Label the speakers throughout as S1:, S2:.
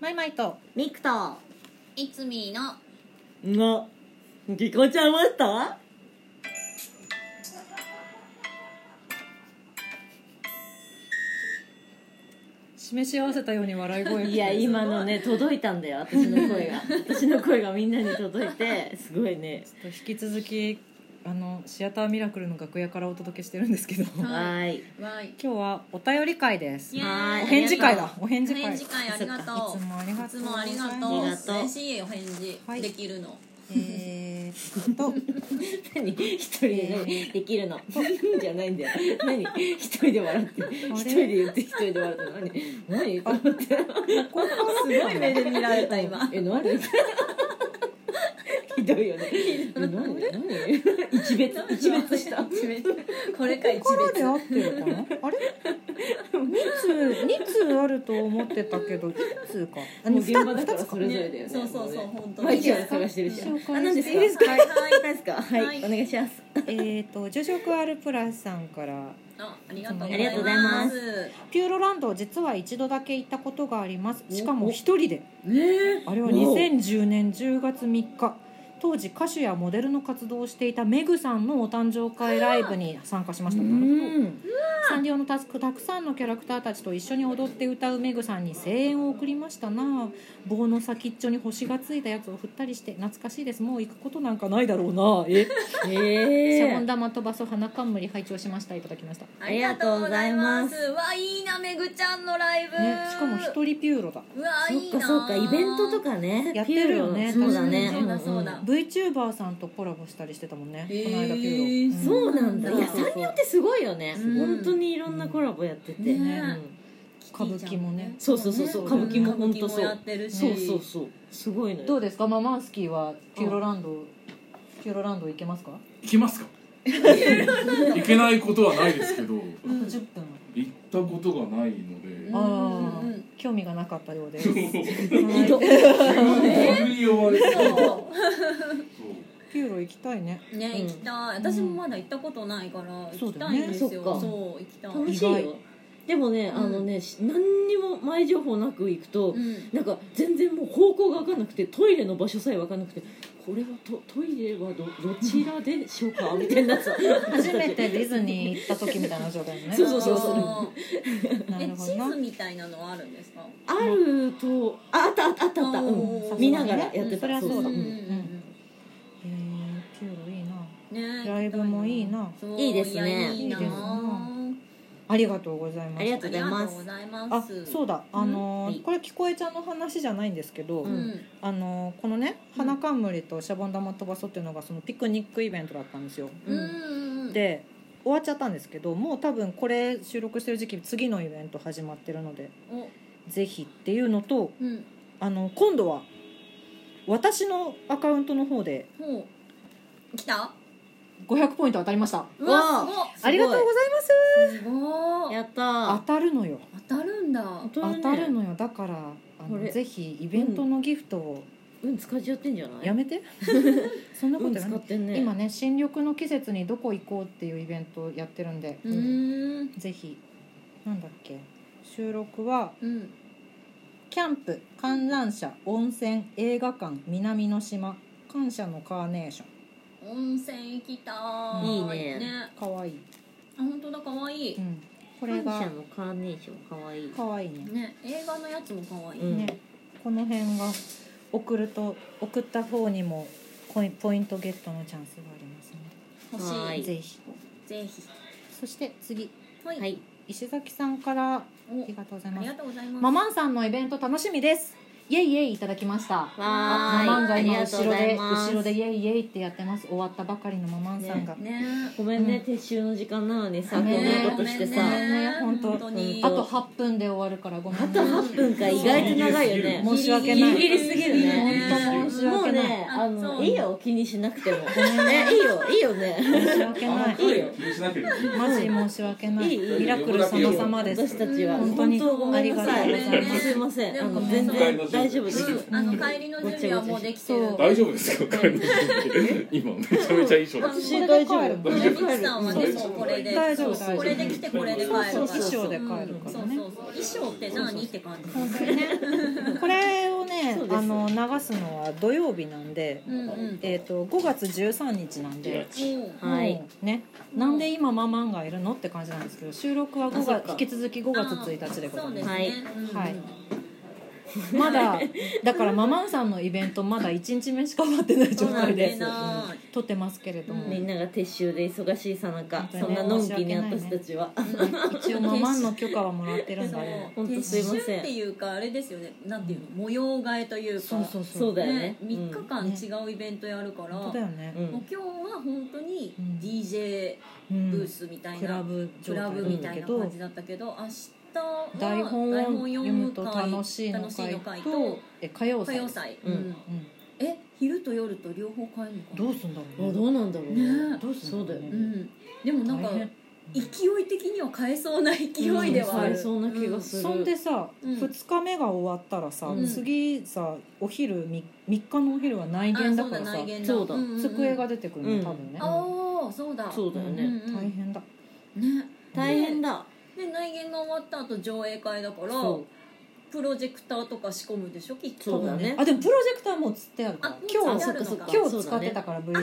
S1: マイマイと
S2: ミクと
S3: いつみーの
S2: のぎこちゃんました
S1: 示し合わせたように笑い声
S2: いや今の ね届いたんだよ私の声が私の声がみんなに届いてすごいね
S1: ちょっと引き続きあのシアターミラクルの楽屋からお届けしてるんですけど今
S2: はーい
S3: わい
S1: 日はお便り会です
S3: イエーイ
S2: はーい
S1: お返事会
S2: あ
S1: だお返
S3: お
S1: 事会
S3: 返事会ありがとう
S1: いつもありがとう
S3: いつもありがと
S2: あ
S3: う
S2: りがとう
S3: 嬉しいお返事
S1: はい
S3: できるの
S1: えーっと
S2: りがとう何一人で何できるのじゃないんだよ何一人で笑って一人で言って一人で笑って何何と思って
S1: すごい
S3: 目で見られた今
S2: え 何ひどいよねえ何何一別一別した
S3: 一別これか一
S1: 心で
S3: 別
S1: 合ってるかなあれ2通2通あると思ってたけど1通かあ
S2: も
S1: の
S2: う現
S1: 2
S2: 場だから
S1: つ
S2: そ
S1: か
S2: れぞれだよね。
S3: そうそうそう
S2: もね
S3: 本当に
S2: 毎日は探してるし。
S1: 紹介して
S2: あ、なんですか。
S1: いいですか
S2: はい、はい、なんですか。はい、
S3: はい
S2: お願いします。
S1: えーっと住職 R プラスさんから
S3: あありがとう
S1: ありがとう
S3: ご
S1: ご
S3: ざ
S1: ざ
S3: い
S1: い
S3: ま
S2: ます
S1: ピューロランド実は一度だけ行ったことがありますしかも一人で
S2: ね
S1: あれは2010年10月3日当時歌手やモデルの活動をしていたメグさんのお誕生会ライブに参加しました
S2: うん。
S1: サンリオのタスクたくさんのキャラクターたちと一緒に踊って歌うメグさんに声援を送りましたな棒の先っちょに星がついたやつを振ったりして懐かしいですもう行くことなんかないだろうなえシャボ
S2: え
S1: ン
S2: え。
S1: 玉飛ばす花冠拝聴しましたいただきました、
S3: ありがとうございます
S2: あ
S3: わいいなめぐちゃんのライブ
S1: ね、しかも一人ピューロだ
S3: うわ
S2: そ
S3: いい
S2: っ
S3: な
S2: か、そっか、イベントとかね。
S1: やってるよね
S2: ピューロそうだね。
S3: うんそうだそうだ
S2: んん
S1: VTuber さんとコラボしたりしてたもんね、
S3: へー
S1: この間ピューロ、ん
S2: そうなんだ。いや、
S1: そうそう
S2: 三人ってすごいよね。
S3: うん
S2: 本当にいろんなコラボやってて。
S3: ね
S2: うん
S1: 歌舞伎もね
S2: そうそうそうそう、歌舞伎も本当
S3: 歌
S2: そ
S3: 舞伎もや
S2: う
S3: っ。てるし
S2: そうそうそう、すごいのよ。
S1: どうですかママンスキーはピューロランド、ピューロランド行けますか、
S4: 行きますか行けないことはないですけど
S1: あと10分
S4: 行ったことがないので
S3: うん
S1: ああ、
S3: うん
S1: 興味がなかったようです
S4: 急
S1: はい
S2: ひど
S4: に急に呼ばれてそう
S3: そ
S1: ピューロ行きたいね
S3: うね
S2: うん
S3: 行きたい私もまだ行ったことないから
S1: そう
S3: 行き
S1: だよ
S3: たいん
S1: ね
S3: ですよ
S2: そっか
S3: そう行きたい
S2: 楽しい
S1: 意
S2: よ。でもね、あのね、し何にも前情報なく行くと。
S3: うん
S2: なんか全然もう方向が分かんなくてトイレの場所さえ分かんなくてこれはトトイレはどどちらでしょうかみたいになさ
S1: 初めてディズニー行った時みたいな状態のね
S2: そうそうそうそう
S3: あ
S1: うな
S3: ーえ
S1: るほど
S3: 地図
S1: な
S3: みたいなのはあるんですか
S2: あるとああったあったあったあった、うん
S3: おー
S2: 見ながらやって
S1: そ
S2: た
S1: れはそうだ
S2: そううんそ
S1: へ
S2: う
S1: えピューロいいな
S3: ね
S1: ライブもいいな
S3: そう
S2: いいですね
S3: やいいない
S1: いですなありがとうございます
S2: ありが
S3: あ
S2: とう
S3: り
S2: ござい
S3: が
S2: ま
S3: とうご
S2: す
S3: ざいま
S1: あ
S3: す
S1: そうだあのー
S2: うん
S1: これ聞こえちゃんの話じゃないんですけど、
S2: う
S3: うんん
S1: あのーこのね花冠とシャボン玉飛ばそうっていうのがそのピクニックイベントだったんですよ、
S3: うんうん
S1: で終わっちゃったんですけどもう多分これ収録してる時期次のイベント始まってるので
S3: お
S1: ぜひっていうのと
S3: うん
S1: あの今度は私のアカウントの方で
S3: ほう来た
S1: 500ポイント当たりました
S3: う
S2: わ
S3: わ
S2: あ
S3: す
S1: ありがとうございます
S3: ごいすごい
S2: やった
S1: 当
S2: ー
S1: たるのよ
S3: 当たるんだ
S2: 当
S1: 当
S2: るね
S1: たるのよだからあ
S2: こ
S1: の
S2: れ
S1: ぜひイベントのギフトを
S2: うん使っちゃってんじゃない
S1: やめて、 そんなこ
S2: うん
S1: とや
S2: 使
S1: め、
S2: っててんね
S1: 今ね新緑の季節にどこ行こうっていうイベントやってるんで、
S3: うーん
S1: ぜひなんだっけ収録は
S3: うん
S1: キャンプ観覧車温泉映画館南の島感謝のカーネーション
S3: 温泉行きた
S2: いい
S3: ー
S2: ね
S1: かわいい、
S3: あ本当だ可愛い
S1: うん、こ
S2: こ
S1: れ
S2: れ
S1: が
S2: のカーネーションかわいい
S1: かわいいね
S3: ね映画のやつも可愛い
S2: うん
S1: ねこの辺が送ると送った方にもコインポイントゲットのチャンスがありますの
S3: 欲
S2: は
S3: し
S2: い
S1: で、ぜひ
S3: いぜひ
S1: そして次
S3: は
S2: はいい
S1: 石崎さんからあ
S3: お
S1: りがとうござい
S3: あ
S1: ま
S3: り
S1: す
S3: がとうございます
S1: ママンさんのイベント楽しみですイエイイエイいただきました
S2: わー
S1: マ
S2: い
S1: マンが今
S2: ありがと
S1: 後
S2: う
S1: ろ
S2: ござ
S1: で
S2: います
S1: 後ろでイエイイエイってやってます終わったばかりのママンさんが、
S3: ね
S2: ごめんね、
S1: うん
S2: 撤収の時間なのにさ、
S1: ね
S2: こんなことして
S1: ご
S2: さ、
S1: めんね本当
S3: に
S1: あと8分で終わるからごめんね
S2: あと8分か意外と長いよね
S1: 申し訳ない
S2: ギリギリすぎるね
S1: 本当申し
S2: もう
S1: 訳ない
S2: ね
S3: あ
S2: あ
S3: そ
S2: の
S3: う
S2: いいよ気にしなくてもねいいよいいよね
S1: 申し訳
S4: あ
S1: な
S4: の
S1: い
S4: 彼は気にしなければいい
S1: マジ申し訳ない
S2: いいいい
S1: ミラクル様様です
S2: 私たちは
S1: 本
S2: 本
S1: 当
S2: 当
S1: に
S2: ごめんなさ
S1: あ
S2: い
S1: りがとうございます
S2: すいませんあ
S3: で
S2: の
S3: も
S2: 全然大丈夫です
S3: うんあの帰りの準備はもうできてる
S1: そ
S4: 大丈夫ですか彼の今めちゃめちゃいい衣装です
S2: 私大丈夫
S1: これ
S3: ねミキさんは
S4: ね
S3: でもこれで
S1: 大丈夫
S3: そうこれで来てこれで帰るから
S1: そう
S2: そう
S1: 衣装で帰る
S3: うん
S1: か
S3: そ
S1: ら
S3: う
S1: ね
S3: そうそう衣装って何って感じ
S1: これ
S2: です
S1: あの流すのは土曜日なんで、
S3: うんうん
S1: えー、と5月13日なんで。
S3: うん
S2: はい
S1: もうね、なんで今ママンがいるのって感じなんですけど収録は5
S2: あそっ
S1: 月
S2: か
S1: 引き続き5月1日でございます
S3: あ
S2: はい
S3: そうですね
S1: はいまだだからママンさんのイベントまだ1日目しか終わってない状
S3: そうなん
S1: 態
S3: で
S1: です
S3: ない
S1: 撮ってますけれども、
S3: うん
S2: みんなが撤収で忙しいさなか
S1: 本当
S2: そ
S1: に
S2: ん
S1: ね
S2: なのんきに私たちは
S1: 一応ママンの許可はもらってるんだね
S2: ほんとすいません
S3: 撤収っていうかあれですよねなんていうの模様替えというか
S1: そうそうそう
S2: そうだよね
S3: ね3日間違うイベントやるから
S1: 本
S3: も
S1: 当だ
S3: う
S1: よ
S3: 今
S1: ね
S2: う、ん
S3: 日は本当に
S1: うん
S3: DJ
S1: うん
S3: ブースみたい
S1: クラ
S3: な
S1: ブ
S3: ク
S1: 状
S3: ラ
S1: 態
S3: ブみたいな
S1: なん
S3: 感
S1: だ
S3: じ
S1: けど
S3: だったけど明日は
S1: 台本を
S3: 台本
S1: 読むと
S3: 会
S1: 楽しいの
S3: 楽しいの
S1: 会
S3: 会
S1: と
S3: と
S1: え歌謡
S3: 歌
S1: 祭
S3: 謡祭
S2: うん
S3: うん
S1: うん、
S3: え昼と夜と両方変えるのかな
S1: どうすんだろ
S2: あ
S1: う
S2: どうなんだろうね
S3: ね
S1: どうすんだろうね
S3: う、ん、でもなんか
S1: 大変
S3: 勢い的には変えそうな勢いではあ
S2: う
S3: る、
S2: ん変えそうな気がする
S1: そんでさ、
S3: うん
S1: 2日目が終わったらさ、
S3: うん
S1: 次さお昼 3, 3日のお昼は内
S3: あ
S1: 見だ
S3: そう
S1: か
S3: だ
S1: らさ
S3: 内見だ
S2: そうだ
S3: んんん
S1: 机が出てくるの、
S2: うん
S1: 多分ね、
S3: ああそうだ
S2: そうだよね
S3: うんうん
S1: 大変だ
S3: ね
S2: 大変だ
S3: で内見が終わった後上映会だから
S2: そ
S3: プロジェクターとか仕込むでしょきっ
S2: そ
S3: と
S2: うだね
S1: あでもプロジェクターも映ってあるから
S3: あ
S1: 今
S2: あ
S1: 日
S2: そっかそっか
S1: 今日使ってたから VJ、
S2: うん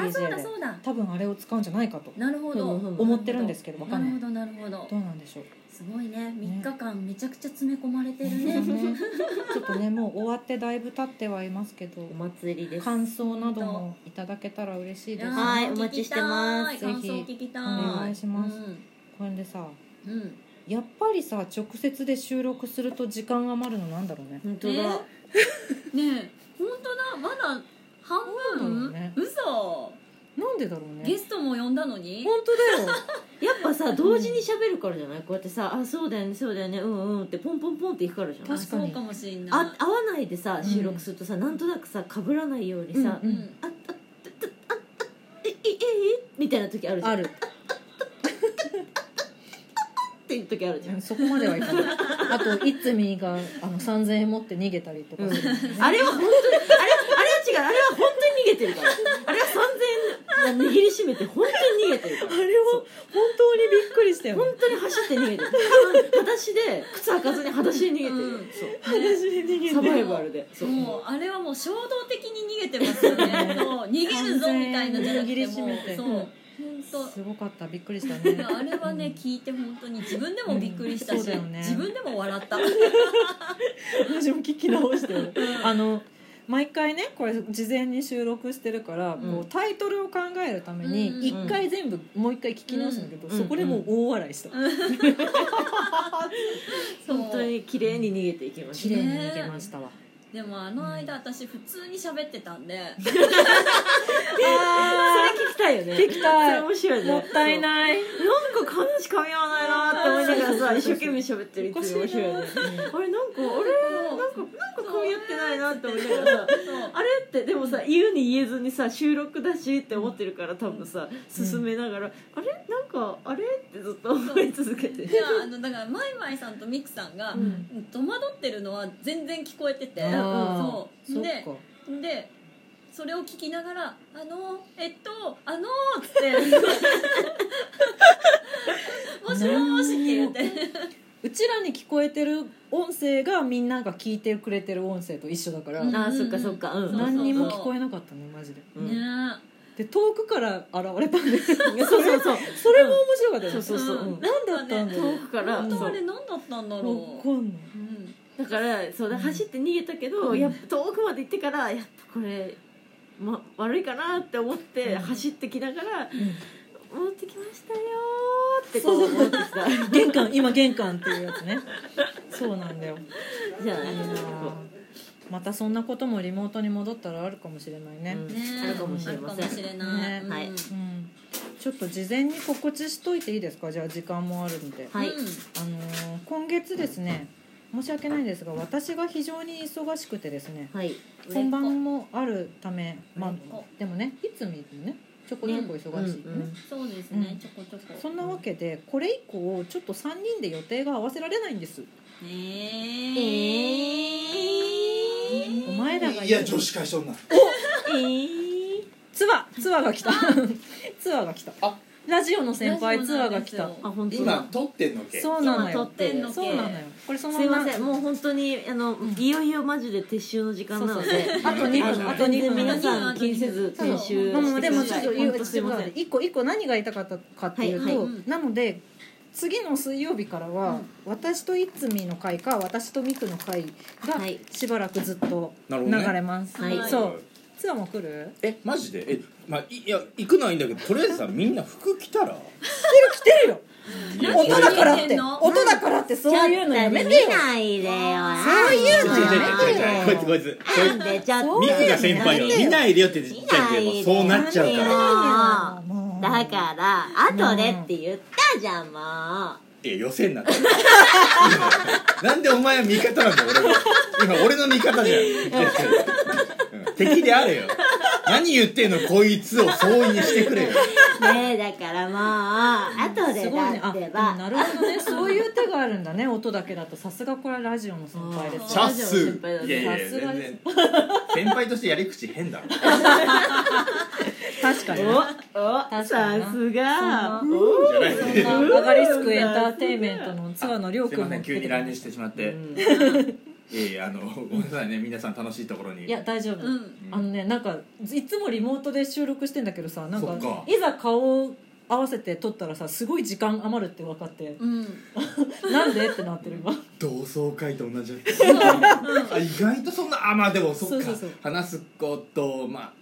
S3: あそう
S1: DJ
S3: だ
S1: で
S3: そうだ
S1: 多分あれを使うんじゃないかと
S3: なるほど
S2: うんうん
S1: 思ってるんですけどわか
S3: なんる
S1: な
S3: ほ
S1: い
S3: どなるほど
S1: どうなんでしょう
S3: すごいね3日間めちゃくちゃ詰め込まれてるね
S1: ねちょっとねもう終わってだいぶ経ってはいますけど
S2: お祭りです
S1: 感想などもいただけたら嬉しいです
S2: はいお待ちしてます
S3: 聞きたい感想聞きたい
S1: ぜひお願いします
S3: うん
S1: これでさ
S3: うん
S1: やっぱりさ直接で収録すると時間余るのなんだろうね
S2: 本当 だ
S3: ねえ本当だまだ半
S1: そう
S3: 分、
S1: だよね
S3: 嘘
S1: なんでだろう
S3: ゲ
S1: ね
S3: ストも呼んだのに
S1: 本当だよ
S2: やっぱさ同時に喋るからじゃないこうやってさ「あそうだよねそうだよねうんうん」ってポンポンポンっていくからじゃない
S1: 確かに
S3: あそうかもしれない
S2: あ合わないでさ収録するとさ、なんとなくさ被らないようにさ「あ
S1: う
S3: うんん、
S2: あああえええみたいな時あるじゃん
S1: あ
S2: っ
S1: る
S2: ていう時あるじゃん、
S1: そこまではい かないあといつみがあの3000円持って逃げたりとかする、
S2: あれは本当にあれあれは違うあれは本当に逃げてるからあれは3000円握りしめて本当に逃げてるから
S1: あれは本当にびっくりしたよ
S2: 本当に走って逃げてる多分裸足で靴履かずに裸足で逃げてる、
S3: うん
S2: そ
S1: 私に逃げ
S2: うサバイバルでそう
S3: もうあれはもう衝動的に逃げてますよね そう逃げるぞみたいなじゃなく
S1: 握
S3: て
S1: り
S3: もう
S1: しめて
S3: そう本
S1: すごかったびっくりした
S3: 当
S1: ね
S3: あれはね聞いて本当に自分でもびっくりした
S1: うん
S3: し、
S1: そうだよね
S3: 自分でも笑 った
S1: 私も聞き直してるあの毎回ねこれ事前に収録してるから、
S2: ん
S1: こうタイトルを考えるために
S3: うん
S1: 一回全部もう一回聞き直すんだけど、
S2: うん
S1: そこでもう大笑いした、
S3: そう
S2: 本当に綺麗に逃げていきまし
S1: 綺
S2: た
S1: 麗に逃げましたわ、
S3: でもあの間私普通に喋ってたんで
S1: あ
S2: それ聞きたいよね
S1: 聞きたい
S2: それ面白いね
S1: もったいない
S2: なんか話噛み合わないなって思いながらさ一生懸命喋ってるいつも面白いよねあれなんかあれなんかなんか噛み合ってないなって思いながらさ
S3: そう
S2: あれってでもさ言うに言えずにさ収録だしって思ってるから多分さ進めながら、あれなんかあれってずっと思い続けて
S3: じゃああのだからマイマイさんとミクさんが、
S1: うん
S3: 戸惑ってるのは全然聞こえてて
S1: あー
S3: そう
S1: そっ
S3: で
S1: か
S3: でそれを聞きながら「あのえっとあの」っ つって「もしもし」って言って
S1: うちらに聞こえてる音声がみんなが聞いてくれてる音声と一緒だから、
S3: うん
S2: あーそっかそっかうん
S3: そうそうそう
S1: 何にも聞こえなかったねマジで
S2: うん
S3: ね
S1: で遠くから現れたんです
S2: い やそうそうそう
S1: それも面白かったよね、
S2: そうそうそう、うん
S1: 何
S3: ん
S1: だったんだろう
S2: 遠くから
S3: 本当
S2: そ
S3: あ
S2: う
S3: れ何だったんだろ
S1: わ
S3: う
S1: かんない
S3: うん
S2: だからそうだ走って逃げたけど、やっぱ遠くまで行ってからやっぱこれ、ま、悪いかなって思って走ってきながら「戻ってきましたよ」ってこう
S1: そうそう
S2: 戻ってき た
S1: 玄関今玄関っていうやつねそうなんだよ
S2: じゃあ
S1: いやーまたそんなこともリモートに戻ったらあるかもしれないね、
S2: うん
S3: ね
S2: あるかもしれません
S3: あるかもしれない
S1: ね
S3: うん
S2: はい
S1: うんちょっと事前に告知しといていいですかじゃあ時間もあるんで、
S2: はい
S3: うん
S1: あのー今月ですね申し訳ないんですが私が非常に忙しくてですね
S2: はい
S1: 本番もあるため、まあ
S2: 売れっ、
S1: でもねいつ見てもねちょこちょこ忙しいね、
S2: うんうん
S3: そうです
S1: う
S3: ね
S1: ん
S3: ちょこちょこ
S1: そんなわけでこれ以降ちょっと3人で予定が合わせられないんです
S3: ね
S2: えー
S1: お前らが
S4: いや女子会しとんな
S2: えー
S1: ツアーツアーが来たツアーが来た
S4: あ
S1: ラジオの先輩ツアーが来た
S2: あ本当だ
S5: 今撮ってんのけ
S1: そうなの
S3: 今
S1: よ
S3: 撮ってんのけ
S1: そうなのよこれその
S2: すいませんもう本当にあの、いよいよマジで撤収の時間
S1: そう
S2: な
S1: そ
S2: の
S1: う
S2: で
S1: あと2分あと2
S2: 全然
S1: 分
S2: 皆さん気にせず
S1: そう
S2: 撤収
S1: まあまあ
S2: して
S1: で
S2: く
S1: も
S2: だ
S1: ち
S2: さ
S1: ょっ
S2: い
S1: と言う
S2: 本当すいません
S1: 一個一個何が言いたかったかっていうと、
S2: はいはい
S3: うん
S1: なので次の水曜日からは、私といつみの会か私とみくの会が
S2: はい
S1: しばらくずっと
S5: なる
S1: 流
S5: ほどね
S1: れます、
S2: はい
S1: そうツアーも来る
S5: えマジでえまあいいや行くのはいいんだけどとりあえずさみんな服着たら
S1: 来てるよ
S5: いや
S1: 音だからっ
S3: 何言って
S1: て
S3: んの
S1: 音だからってそういうのやめて
S2: ちょっと見
S1: よ
S2: ないでよ
S1: そういうのやめてよ
S5: 違う違う違う違うこいつこいつこい
S2: な
S5: つ
S2: んでちょっと
S5: みくが先輩よ見ないでよって言っちゃうけどそうなっちゃうから
S2: ら
S1: もう
S2: だから後でって言ったじゃんもう
S5: いや予選なって るなんでお前は味方なんだよ俺は今俺の味方じゃんうん敵であれよ何言ってんのこいつを相違にしてくれよ
S2: ねえだからもう後
S1: す
S2: で
S1: ごいね
S2: だ
S1: あ
S2: っ
S1: で
S2: て
S1: も
S2: ば、
S1: なるほどねそういう手があるんだね音だけだとさすがこれはラジオの先輩です
S5: チャッ
S2: ラジ
S5: ス
S2: オの先輩だね
S5: いやいやいや
S1: さすが
S5: 全
S1: で
S5: 然先輩としてやり口変だろ
S1: 確かに
S2: お
S1: かにな
S2: さすが
S1: そ
S2: お
S5: じゃない
S1: そんなアガリスクエンターテインメントのツアーのりょう
S5: す
S1: く
S5: いま
S1: ん
S5: せ
S1: も
S5: ん急に乱入してしまって、いやいやあのごめんなさいね皆さん楽しいところに
S1: いや大丈夫、
S3: うん
S1: あのねなんかいつもリモートで収録してんだけどさなんか
S5: そっか
S1: いざ顔を合わせて撮ったらさすごい時間余るって分かって
S3: うん
S1: なんでってなってる今
S5: 同窓会と同じだあ意外とそんなあまあでもそっか
S1: そうそうそう
S5: 話すことまあ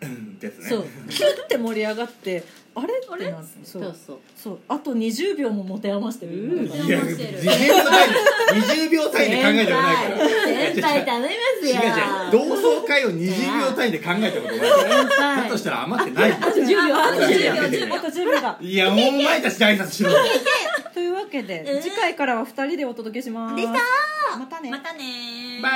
S5: うんですね
S1: そうキュッて盛り上がってあれ
S3: あ
S1: っ
S3: れ
S1: てなってそ
S2: そう
S1: う
S2: そう
S1: そうあと20秒も持て余してる、
S2: うん
S5: いや
S3: 思っ
S5: 時
S3: てる
S5: 間の単位20秒単位で考えてもないから
S2: 先輩頼みますよ
S5: 違う違う同窓会を20秒単位で考えたことない
S2: 先輩
S5: だとしたら余ってないよ
S1: あと10秒あと
S5: あと
S1: 10
S5: 10
S1: 秒
S5: 秒
S1: あと10秒だ
S5: いやもうお前たちで挨拶しろよ
S1: というわけで、次回からは2人でお届けします
S2: でした
S1: またね
S3: またねー
S5: バイ